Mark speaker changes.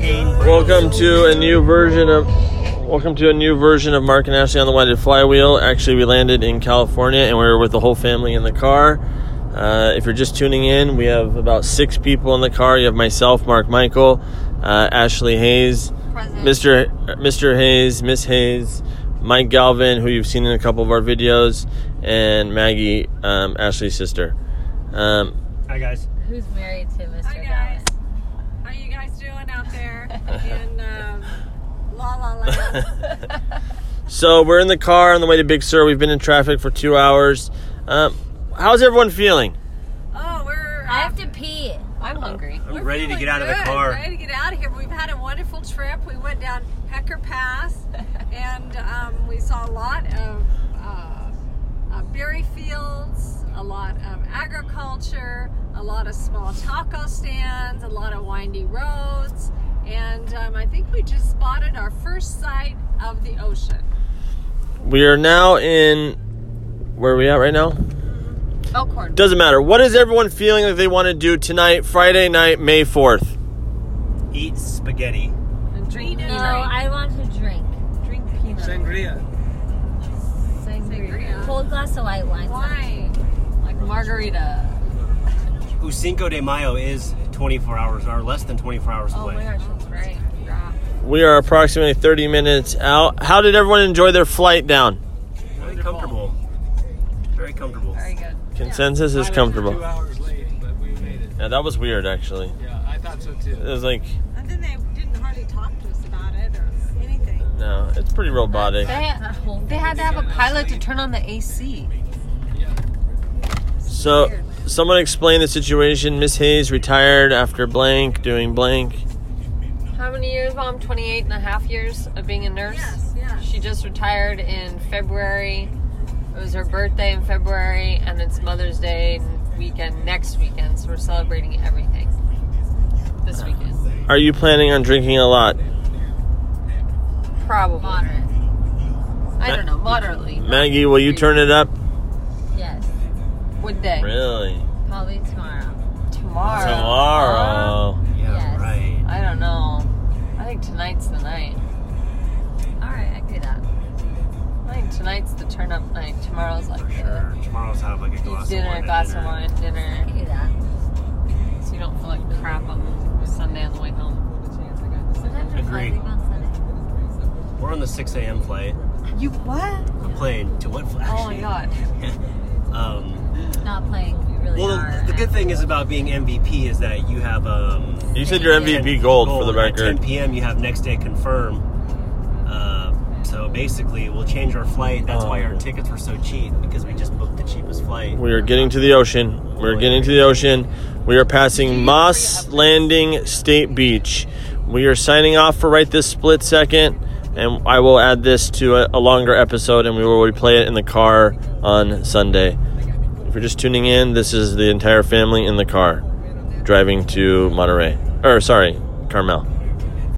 Speaker 1: Welcome to a new version of welcome to a new version of Mark and Ashley on the Winded Flywheel. Actually, we landed in California and we were with the whole family in the car. Uh, if you're just tuning in, we have about six people in the car. You have myself, Mark Michael, uh, Ashley Hayes,
Speaker 2: Present.
Speaker 1: Mr. Mr. Hayes, Miss Hayes, Mike Galvin, who you've seen in a couple of our videos, and Maggie, um, Ashley's sister. Um,
Speaker 3: Hi guys.
Speaker 4: Who's married to Mr.
Speaker 2: Hi guys. How you guys doing out there in um, La La Land?
Speaker 1: So we're in the car on the way to Big Sur. We've been in traffic for two hours. Um, how's everyone feeling?
Speaker 2: Oh, we're
Speaker 4: I have to pee.
Speaker 5: uh,
Speaker 4: I'm hungry.
Speaker 3: I'm
Speaker 2: we're
Speaker 3: ready to
Speaker 2: feeling
Speaker 3: get out of the
Speaker 2: good,
Speaker 3: car.
Speaker 2: Ready to get out of here. We've had a wonderful trip. We went down Hecker Pass, and um, we saw a lot of uh, uh, berry fields, a lot of agriculture, a lot of small taco stands, a lot of windy roads, and um, I think we just spotted our first sight of the ocean.
Speaker 1: We are now in where are we at right now?
Speaker 2: Elkhorn.
Speaker 1: Doesn't matter. What is everyone feeling like they want to do tonight, Friday night, May fourth?
Speaker 3: Eat spaghetti.
Speaker 2: And drink
Speaker 4: No, I want to drink.
Speaker 2: drink peanut.
Speaker 3: Sangria.
Speaker 2: Sangria.
Speaker 4: Cold glass of white wine.
Speaker 2: Wine. Like margarita.
Speaker 3: Cinco de Mayo is 24 hours or less than 24 hours
Speaker 4: Oh
Speaker 3: away.
Speaker 4: my gosh, that's
Speaker 2: Right.
Speaker 4: great.
Speaker 1: We are approximately thirty minutes out. How did everyone enjoy their flight down?
Speaker 3: Very comfortable. Very comfortable.
Speaker 2: Very good.
Speaker 1: Consensus is
Speaker 6: I was Two
Speaker 1: comfortable.
Speaker 6: hours late, but we made it.
Speaker 1: Yeah, that was weird actually.
Speaker 6: Yeah, I thought so too.
Speaker 1: It was like
Speaker 2: And then they didn't hardly talk to us about it or anything.
Speaker 1: no, it's pretty robotic.
Speaker 2: They had to have a pilot to turn on the AC.
Speaker 1: So someone explain the situation. Miss Hayes retired after blank, doing blank.
Speaker 5: How many years, Mom? 28 and a half years of being a nurse.
Speaker 2: Yes, yes.
Speaker 5: She just retired in February. It was her birthday in February, and it's Mother's Day weekend next weekend, so we're celebrating everything this weekend.
Speaker 1: Are you planning on drinking a lot?
Speaker 5: Probably. I don't know, moderately.
Speaker 1: Maggie, will you turn it up?
Speaker 4: Yes.
Speaker 5: What day?
Speaker 1: Really?
Speaker 4: Probably tomorrow.
Speaker 5: Tomorrow.
Speaker 1: Tomorrow.
Speaker 3: Yeah,
Speaker 4: Yes.
Speaker 3: right.
Speaker 5: I don't know. I think tonight's the night.
Speaker 4: Alright, I can do that.
Speaker 5: I think tonight's the turn up night. Tomorrow's like
Speaker 3: For
Speaker 5: the
Speaker 3: sure. Tomorrow's have like a glass
Speaker 5: dinner,
Speaker 3: of wine.
Speaker 5: a
Speaker 3: at
Speaker 5: glass of
Speaker 3: dinner.
Speaker 5: wine,
Speaker 4: I
Speaker 5: dinner.
Speaker 4: can do that.
Speaker 5: so you don't feel like crap on Sunday on the way home.
Speaker 4: Sometimes I'm
Speaker 3: Agreed.
Speaker 4: sleeping on Sunday.
Speaker 3: We're on the 6 a.m. flight.
Speaker 5: You what?
Speaker 3: We're playing to what flight?
Speaker 5: Oh my god.
Speaker 3: um,
Speaker 4: Not playing. We really
Speaker 3: well,
Speaker 4: are.
Speaker 3: the good thing is about being MVP is that you have um,
Speaker 1: You said your MVP gold for the
Speaker 3: Goal. At 10
Speaker 1: record.
Speaker 3: p.m. You have next day confirm. Uh, so basically, we'll change our flight. That's
Speaker 1: Oh.
Speaker 3: why our tickets were so cheap because we just booked the cheapest flight.
Speaker 1: We are getting to the ocean. We're getting to the ocean. We are passing Moss Landing State Beach. We are signing off for right this split second, and I will add this to a, a longer episode, and we will replay it in the car on Sunday. If you're just tuning in, this is the entire family in the car driving to Monterey. Or, sorry, Carmel.